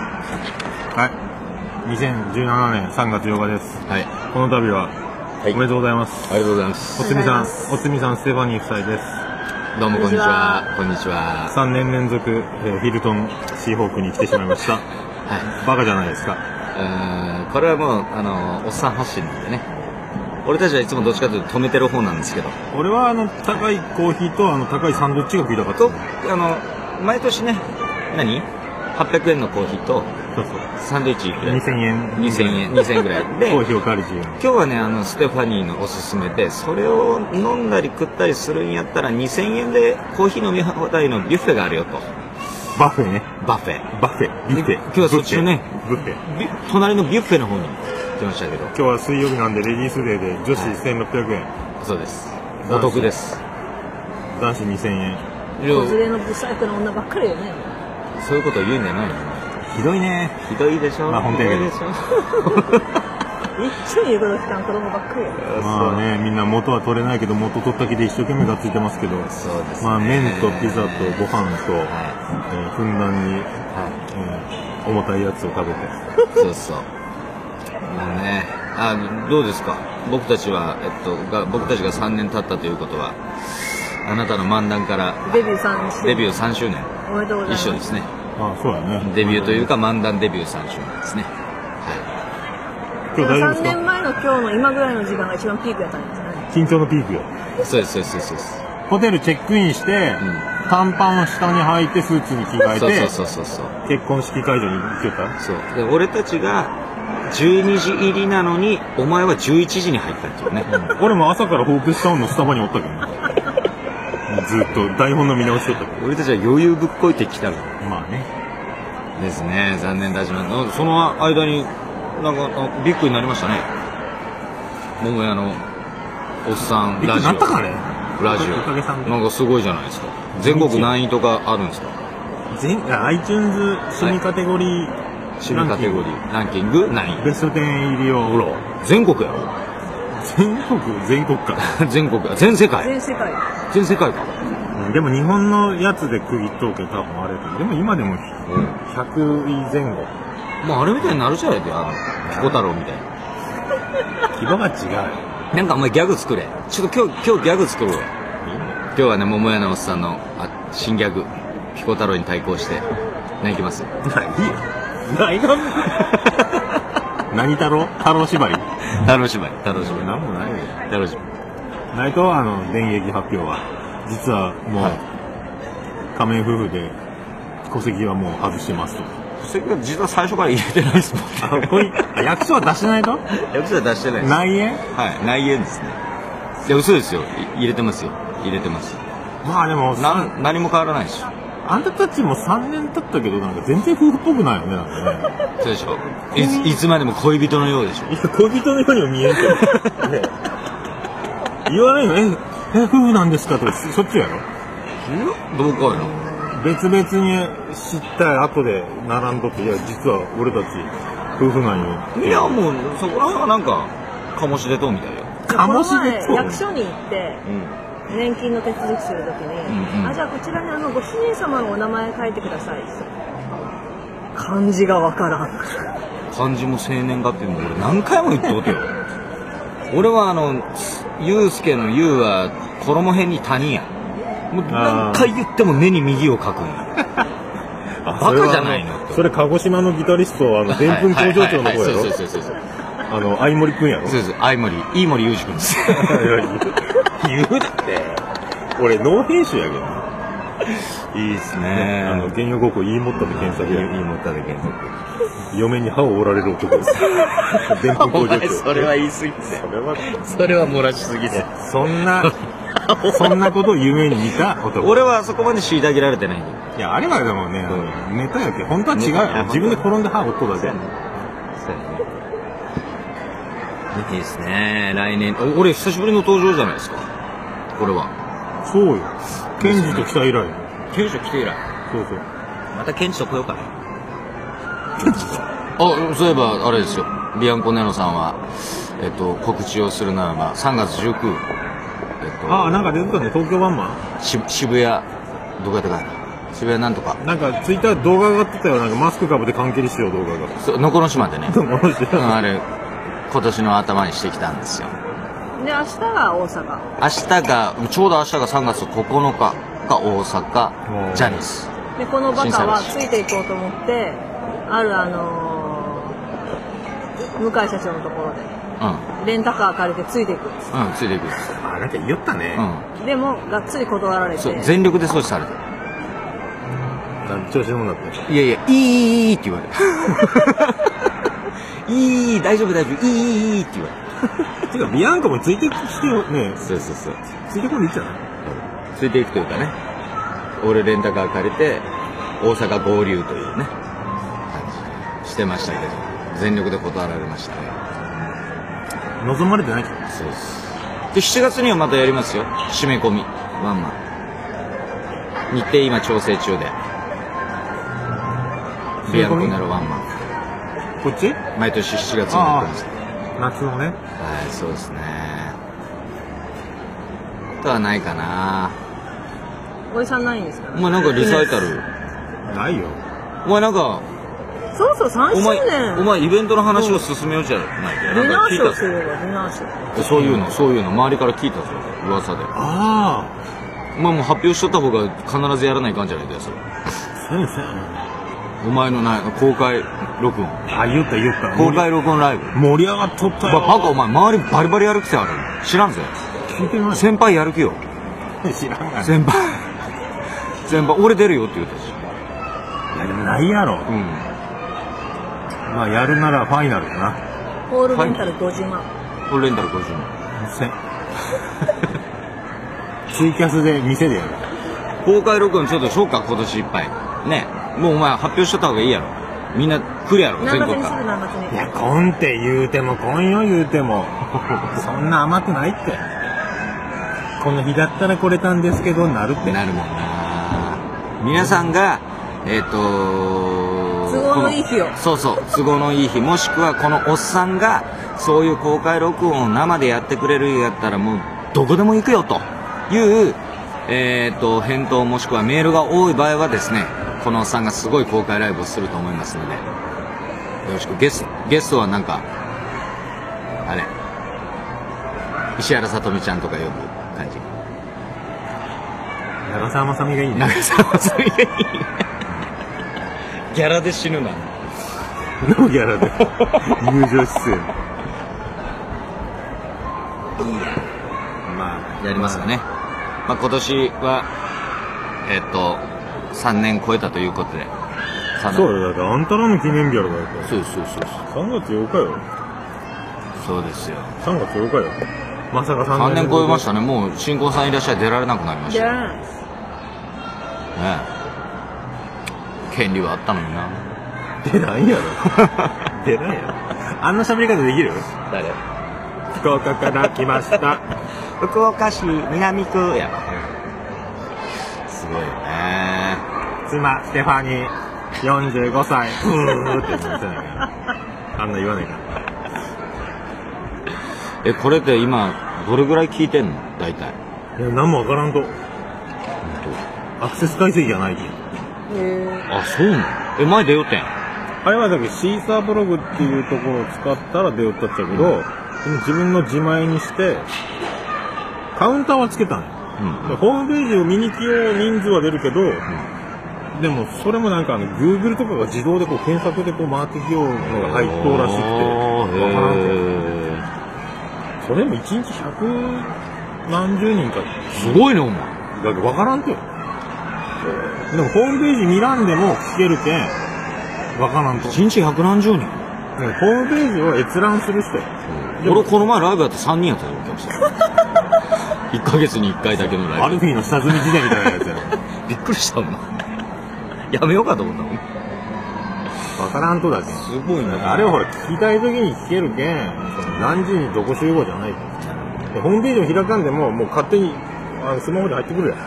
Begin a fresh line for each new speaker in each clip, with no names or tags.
はい。2017年3月8日です。
はい。
この度は、
い
おめでとうございます。
ありがとうございます。
おつみさ
ありがとうございま
ん、
す
おつみさん、ステファニー夫妻です。
どうもこんにちは。こんにちは。
3年連続、えーヒルトンシーホークに来てしまいました。
は
バカじゃないですか。
い。うーん、これはもう、あの、おっさん発信なんでね。俺たちはいつもどっちかというと止めてる方なんですけど。
俺は、あの、高いコーヒーと、あの、高いサンドイッチが食いたかった
と。、あの、毎年ね、何 ?800 円のコーヒーと、
そうそう。
サンドイッチいくらい
2000円。
2000円、2000円ぐらい。で、
コー
今
ヒーを借りて言う
日はね、あの、ステファニーのおすすめで、それを飲んだり食ったりするんやったら、2000円でコーヒー飲み放題のビュッフェがあるよと。
バフェね。
バッフェ。
バフェ。ビュッフェ。
今日はそっちのね
ブッフェ。ブッフェ
ビュ隣のビュッフェの方に来ましたけど。
今日は水曜日なんで、レディースデーで、女子1600円、
そうです
斬新
お得です
男子2000円。
い
子連
や
れの不細工の女ばっかりよね。
そういうこと言うんじゃないよ
ひどいね。
ひどいでしょ
まあ本当やけど
ひどいでし
一緒に言うこと聞かん子供ばっかりよ。
ょ
まあね、みんな元は取れないけど、元取った気で一生懸命がついてますけど、
そうですね
まあ麺とピザとご飯と、え
は
ーふんだんに、
い、は
えー重たいやつを食べて。
い、そうそうもうねあどうですか僕たちは、えっと、が僕たちが3年経ったということはあなたの漫談から
デビューさんして。
デビュー3周年
おめでとうございま
一
す。
緒ですね
ああ、そうだね。
デビューという
か。
か漫談デビュー3周年ですねは
今日大丈夫
3
です
年
か
前の今日の今ぐらいの時間が一番ピークやったんですね。
緊張のピークよ。
いそうですそうですそうです
ホテルチェックインして、
うん
短パンを下に履いてスーツに着替えて、
そうそうそうそうそう
結婚式会場に行けた
そうで俺たちが12時入りなのにお前は11時に入ったっていうね
俺も朝からホークスタウンのスタバにおった けどねずっと台本の見直しとったけ
俺たちは余裕ぶっこいてきたの
ど。まあね。
ですね残念だしまなその間になんかあビッグになりましたね桃屋のおっさん
びっく
ラ
り
ジ
な
オ
ったかね
ラジ
おかげさん
オ
で
なんかすごいじゃないですか全国何位とかあるんですか
全あ iTunes 趣味カテゴリー、
趣味カテゴリーランキング何位
ベスト10入り
ほ
を
ら全国や ろ
全国全国か
全国や全世界
全世界。
全世界か
うんでも日本のやつで区切っとうけど多分あれやけどでも今でも100位前後
もうあれみたいになるじゃないであのピコ太郎みたいな
規模が違う
なんかお前ギャグ作れ。ちょっと今日、今日ギャグ作ろうよ。今日はね、桃屋のおっさんの、あ、新ギャグ、ピコ太郎に対抗して、何いきます
ないよ何太郎太郎縛り
太郎芝居、太郎芝居。
何もないよ
太郎芝居。
内藤はあの電撃発表は実はもう、
はい
仮面夫婦で戸籍はもう外してますと
それが実は最初から入れてないですもん。
あこいあ役所は出してない と
役者出してないです。
内縁
はい、内縁ですね。いや、嘘ですよ。い入れてますよ。入れてます。
まあでも
なん、何も変わらないでしょ。
あんたたちも3年経ったけど、なんか全然夫婦っぽくないよね、なんかね。
そうでしょ。いつ、いつまでも恋人のようでしょ。
いや、恋人のようにも見えんけど。ね言わないの、え、え、夫婦なんですかとか、そそっちやろ
どうかよ。
別々に知った後で並んどって、いや、実は俺たち、夫婦なんよ。
いや、もう、そこら辺はなんか、醸し出とうみたいよ。
この
鴨志田
前
町
役所に行って、
うん。
年金の手続きするときに、
うんうん
あ、じゃあこちらにあのご主人様のお名前書いてください。漢字がわからん。
漢字も生年月日も俺何回も言っておけよ俺はあのユうスケの「ユうは衣辺に谷やもう
あー
何回言っても目に右を書くんや
あ
バカじゃないの
それはそれ鹿児島のギタリスト、あの、でんぷん工場長の
は
方や
いはいはいそうそう
ろ
そうそうそう
あの、相森くんやろ
そうそう相森飯森裕二君です
言うだって。俺、脳編集やけどな。
いいっす
あの、 原油高校言いもったで検索や。
もったで検索
嫁に歯を折られる男 です。電
お
風工場
前
長。
それは言い過ぎですよ
それは
それは漏らしすぎです
そん な、そんなことを夢に見た男。
俺はあそこまで虐げられてないんだよ
いや、あれはでもね、あのネタやけ。本当は違う
ネタ
よ。
や
自分で転んで歯折っとるだけやね。
そうやね。いいですね。来年。お俺、久しぶりの登場じゃないですか。これは。
そうよ。ケンジと来た以来よ。
ケンチ来て以来。
そうそう。
またケンチと来ようかな。 あ、そういえば、あれですよ。ビアンコネロさんは、えっと、告知をするならば、3月19九、えっと、
ああ、なんか出てたね。東京ワンマン
し渋谷、どこやったかな渋谷なんとか
なんかツイッター動画上がってたよなんかマスクかぶって関係してる動 画が
そうのこの島でね
どうもして
うんあれ今年の頭にしてきたんですよ
で、明日が大阪。
明日がちょうど明日が3月9日が大阪
おー
ジャニス
で、このバカは
新
ついていこうと思って、あるあのー、向井社長のところで、
う
レンタカー借りてついていくんです。
んうんついていく
あなんか言いよったね
う、ん
でも、がっつり断られて、
そう全力で阻止された
なんか調子乗るんだって
いやいや、いいいいいいって言わ れる。いいいい、大丈夫大丈夫、いいいいいいって言われる。
てかビアンカもついてきてよね
そうそうそう。
ついてこんでいいじゃない
ついていくというかね、俺レンタカー借りて、大阪合流というね、感じしてましたけど、全力で断られましたね。
望まれてないじゃん
そうです。で、7月にはまたやりますよ。締め込み、ワンマン。日程今調整中で。ビアンコになるワンマン。
こっち
毎年7月になってます。
夏のね
はい、そうですね。あとはないかな。
おじさんないんですから、
お前なんかリサイタル。
ないよ
お前なんか、
そうそう、3
お
周
前、お
年。
前イベントの話を進めようじゃないか。
ディナ
なんか聞い
ーショーすれば、ディナーショー。
た。そういうの、そういうの、周りから聞いたぞ、噂で。
あ
お前もう発表しとった方が必ずやらないかんじゃないかよ、それ。
あ先生
お前のない、公開録音。
あ言った言った
公開録音ライブ。
盛り上がっとった
ば
よ
バカお前周りバリバリやる気せある知らんぜ
聞いてない
先輩やる気よ
知らんが
先輩先輩俺出るよって言うたし
いやでもないやろ
うん
まあやるならファイナルだな
ホールレンタル50万。
これレンタル50万
せ ツイキャスで店でやる
公開録音ちょっとしようか今年いっぱいねもうお前発表しちゃった方がいいやろみんな来るやろ
何
全
月
国
に
か
すぐ
ら
何月に
い。やこんって言うてもこんよ言うて もそんな甘くないってこの日だったら来れたんですけどなるって
なるもんな皆さんがえっ、と
都合のいい日を
このそうそう都合のいい日もしくはこのおっさんがそういう公開録音を生でやってくれるやったらもうどこでも行くよというえっ、と返答もしくはメールが多い場合はですねこのおっさんがすごい公開ライブをすると思いますのでよろしくゲスゲストはなんかあれ石原さとみちゃんとか呼ぶ感じ
長澤まさみがいいね
長澤まさみがいいね ギャラで死ぬな
ノーギャラで入場出演まあ
やりますかね、まあ、今年はえっと3年超えたということ
ま
で
あ
三
そうだよだってあんたらの記念日やろだって
そうそうそうそう
3月8日よ
そうですよ
3月8日よまさか3
3
年
年超えましたねもう新婚さんいらっしゃい出られなくなりまし
じ
たよね
ゃあ、
え権利はあったのにな
出ないやろ出ないやろあんな喋り方できる
誰
福岡から来ました
福岡市南区やすごいよね
妻ステファニー45歳うーって言ってないからあんな言わないから
えこれって今どれぐらい聞いてんの大体
いや何もわからんとアクセス解析がないき
へえ。
あそうなのえ前出よってん
あれはだけどシーサーブログっていうところを使ったら出よったっちゃうけど、でも自分の自前にしてカウンターはつけたのよ
うん
でホームページを見に来よう人数は出るけど、でもそれもなんかあの Google とかが自動でこう検索でこう回ってきようのが入っとうらしくてわからんけどそれも一日百何十人か
すごいねお前
だけわからんてよでもホームページ見らんでも聞けるけんわからんと
一日百何十人
でもホームページを閲覧する人よでも
俺この前ライブやって3人やったよお客さん1 ヶ月に1回だけのラ
ア
イ
ルフィーの下積み時代みたいなやつ や
ブびっくりしたもんやめようかと思ったもん
わからんとだけん
すごい
あれはほら聞きたい時に聞けるけんその何時にどこ集合じゃないからでホームページを開かんでももう勝手にあのスマホで入ってくるやん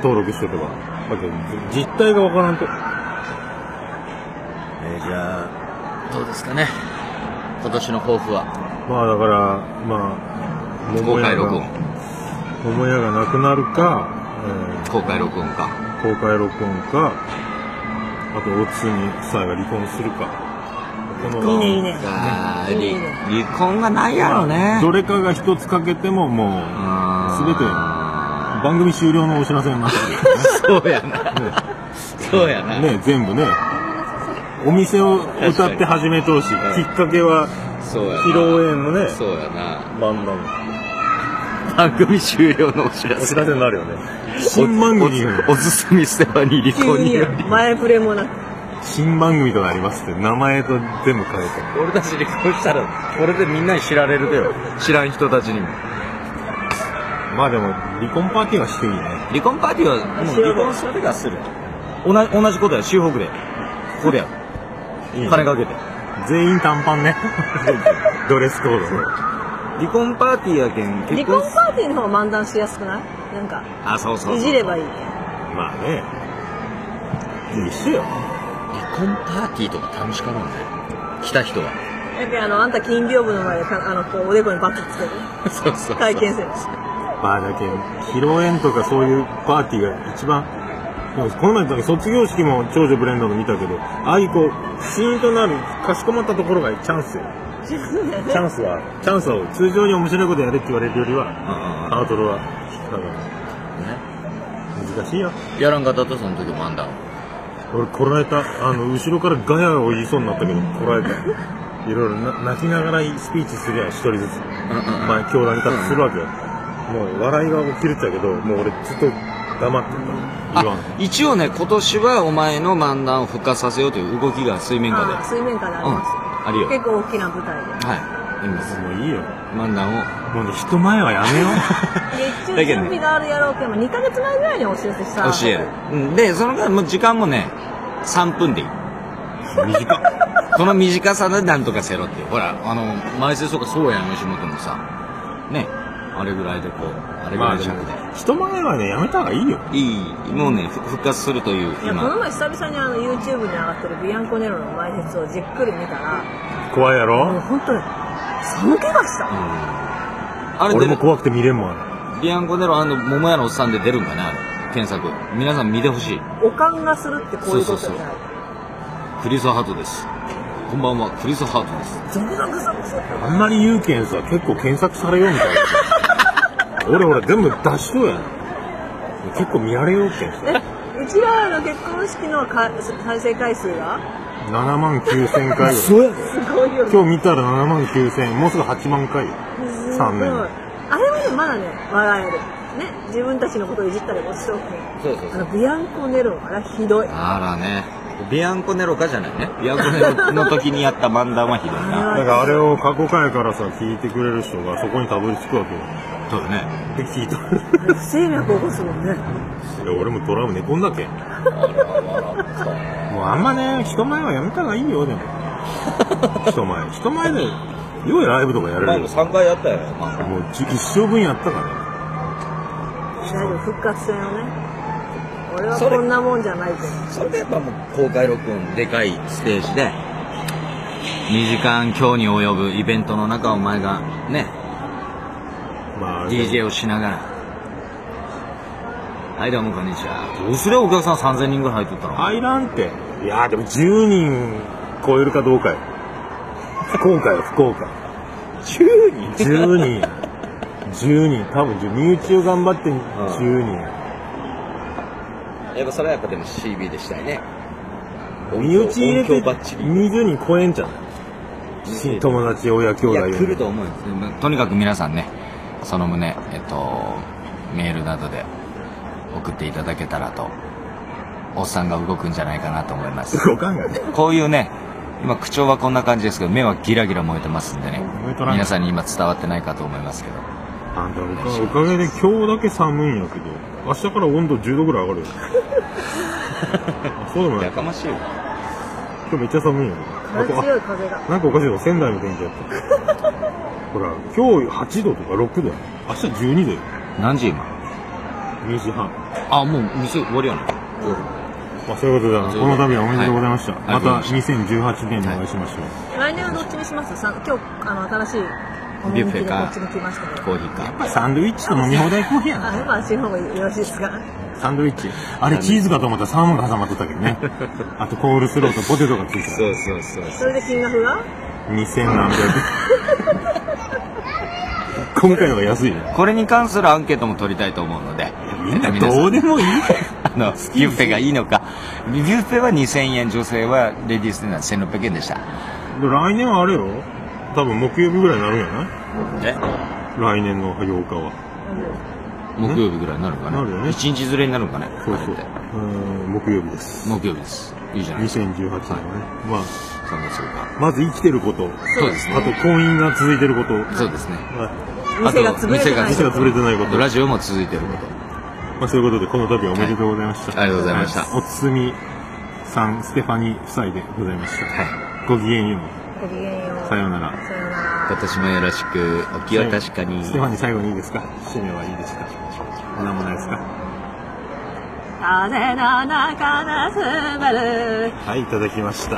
登録しておけばだけど実態がわからんと
えじゃあどうですかね今年の抱負は
まあだからまあ
公開録音
桃屋がなくなるか、
公開録音か
公開録音か、あと、おつみ夫妻が離婚するか。この
いいねいいね
あー
いい
り
ね
離婚がないやろね。
どれかが一つかけてももう、全て
あ
番組終了のお知らせになって
ーそうやな。
るよね。
そうやな。
ね、全部ね。お店を歌って始めてほしい。
かに
きっかけは、
そうやな。
披露宴のね、
そうやな。
バンドの
番組終了 のお知ら
お知
せ。
らせになるよね。新番組が、
おおおすすみステファニー離
急
婚
に
に
や
よ
ん
り。
前触れもなく
新番組となりますって、名前と全部変えて。
俺たち離婚したら、これでみんなに知られるだよ。知らん人たちにも。
まあでも、離婚パーティーはしていいね。
離婚パーティーは、もう離婚するときはする。同じ同じことや、修復で。ここでやる。
いいね
金かけて。
全員短パン ね。ドレスコードね。
離婚パーティーやけん、
離婚パーティーの方が漫談しやすくないなんか
あ、そうそうそう。
いじればいい
まあね。一緒よ。
離婚パーティーとか楽しかもんね。来た人は。
だけどあのあんた金屏風の前でかあのこうおでこにバッとつける
そうそうそう。
体験生
まあだけど、披露宴とかそういうパーティーが一番、でもこの前の卒業式も長女ブレンドの見たけど、ああいうこう、シーンとなる、かしこまったところがチャンスよ。チャンスは、チャンスを通常に面白いことやれって言われるよりは、
あ
ハードルは、だから、難しいよ。
やらんかったと、その時もあんだ。
俺、こらえた、あの、後ろからガヤを言いそうになったけど、こらえた。いろいろな泣きながらスピーチするやん、一人ずつ。
うんうんうん
前、教団に立ってするわけよ。もう、笑いが起きるっちゃけど、もう俺、ずっと黙ってた。言わん。
あ一応ね、今年はお前の漫談を復活させようという動きが水面下で。
あ水面下であり
うん。
ます、
あるよ。
結構大きな舞台で
はい。います。
もういいよ。
漫談を。
もうね、人前はやめよ
月
だ
中
け
準
どね
備があるやろうけど、2ヶ月前ぐらいにお知らせした
教える。うんで、その間、もう時間もね、3分でいい。
う。短っ。
この短さでなんとかせろっていう。ほら、あの、前説とかそうやん、吉本もさ。ね。あれぐらいでこう、あれぐ
ま
ら
あ
い
で
尺
も
で。、
人前はね、やめた方がいいよ。
いい、もうね、ふ復活するという、
いやこの
今。
前久々にあの YouTube に上がってるビアンコネロの前説をじっくり見たら
怖いや
もう
ろ
本当に寒気がした
あれ
俺
出
も
る、
怖くて見れんもんあ
ビアンコネロ、あの、桃屋のおっさんで出るんかな、あれ検索。皆さん見てほしい。
おかんがするってこういうことじゃない
クリスハートです。こんばんは、クリスハートです。
ゾクゾクゾクゾク
れ。あんまり言うけんさ、結構検索されようみたい な。俺ほら、全部出しとうやん。結構見られようけんさ。
えうちらの結婚式のか再生回数が
7万9000回よ。
うや
すごいよね
今日見たら7万9000、もうすぐ8万回よ。
すご
3
い
年。
あれはねまだね笑えるね自分たちのことをいじったりもしそうけ
そうそうそ
どあ
う。
のビアンコネロあれはひどいあ
あらね。ビアンコネロかじゃないね。ビアンコネロの時にやった漫談はひどい
れ
な。
だ
は
からあれを過去回からさ、聞いてくれる人がそこにたどり着くわけよ。
そうだね。
で、聞いた。
あれ不整脈起こすもんね
いや俺もドラム寝込んだけんもうあんまね人前はやめた方がいいよでも人前人前でよいライブとかやれるよもう
3回やったよね、ま
じ一生分やったから
大丈夫復活戦をね俺は
それ
こんなもんじゃないけど
あ、それでやっぱもう公開録音でかいステージで2時間強に及ぶイベントの中お前がね
まあ
DJ をしながらはいどうもこんにちはどうすりゃお客さん3000人ぐらい入っとったの
入らんっていやでも10人超えるかどうかよ福岡よ福岡
10
10人や10人多分10身内を頑張って10人や
やっぱそれはやっぱでも CB でしたいね
身内入れて20人超えんじゃん
い
友達親兄
いや
弟
来ると思うよとにかく皆さんねその旨えっとメールなどで送っていただけたらとおっさんが動くんじゃないかなと思います
おかんがね
こういうね今口調はこんな感じですけど目はギラギラ燃えてますんでね
燃えとらん
皆さんに今伝わってないかと思いますけど
あんたおかおかげで今日だけ寒いんやけど明日から温度10度ぐらい上がる よあそうでもない
かましいよ
今日めっちゃ寒いんやけど
風
あ
強い風が
あなんかおかしいよ仙台の天気やった ほら今日8度とか6度や明日12度よ
何時今
2時半
あもう店終わりやな
まあそういうことだな
そう
この度はおめでとうございました、
はい
また
ありがとうご
2018年にお会いしましょう、
来年はどっちにしますさ今日あの新しいお人気でこっちに来ましたけど
コーヒーか
サンドイッチと飲み放題コーヒーや
あ
な
やっぱあっちの方がよろしいですか
サンドイッチ。あれチーズかと思ったらサーモンが挟まってたけど ね。あとコールスローとポテトがついてた。
そうそうそう
それで金額が
2000何百円。今回のが安いね。
これに関するアンケートも取りたいと思うので
みんな
皆さん
どうでもいい。
あのビュッフェがいいのかビュッフェは2000円女性はレディースディナー1600円でした
来年はあれよ。多分木曜日ぐらいになるんやな
え
い来年の8日は。
木曜日ぐらいになるのか
なるよ
な
ね
一日ずれになるのかね
そうそう。
あれって
うん、木曜日です。
木曜日ですいいじゃないです
2018年はね。まあ、
かそんなそうか
まず生きてること。
そうです
あ
ね
と婚姻が続いてること。
そうですね
はい
店が潰れて
あと
ない
店が潰れてないこと。
ラジオも続いてること
まあ、そういうことで、この度はおめでとうございました。
はいありがとうございました
はいおつみさん、ステファニー夫妻でございました。
は
ごきげんよ
ごきげんよ
う。
う
さようなら。
さようなら
今年もよろしくお気を確かに
ステファニー最後にいいですか締めはいいですかお名もないですか
風の中で滑る
はい、いただきました。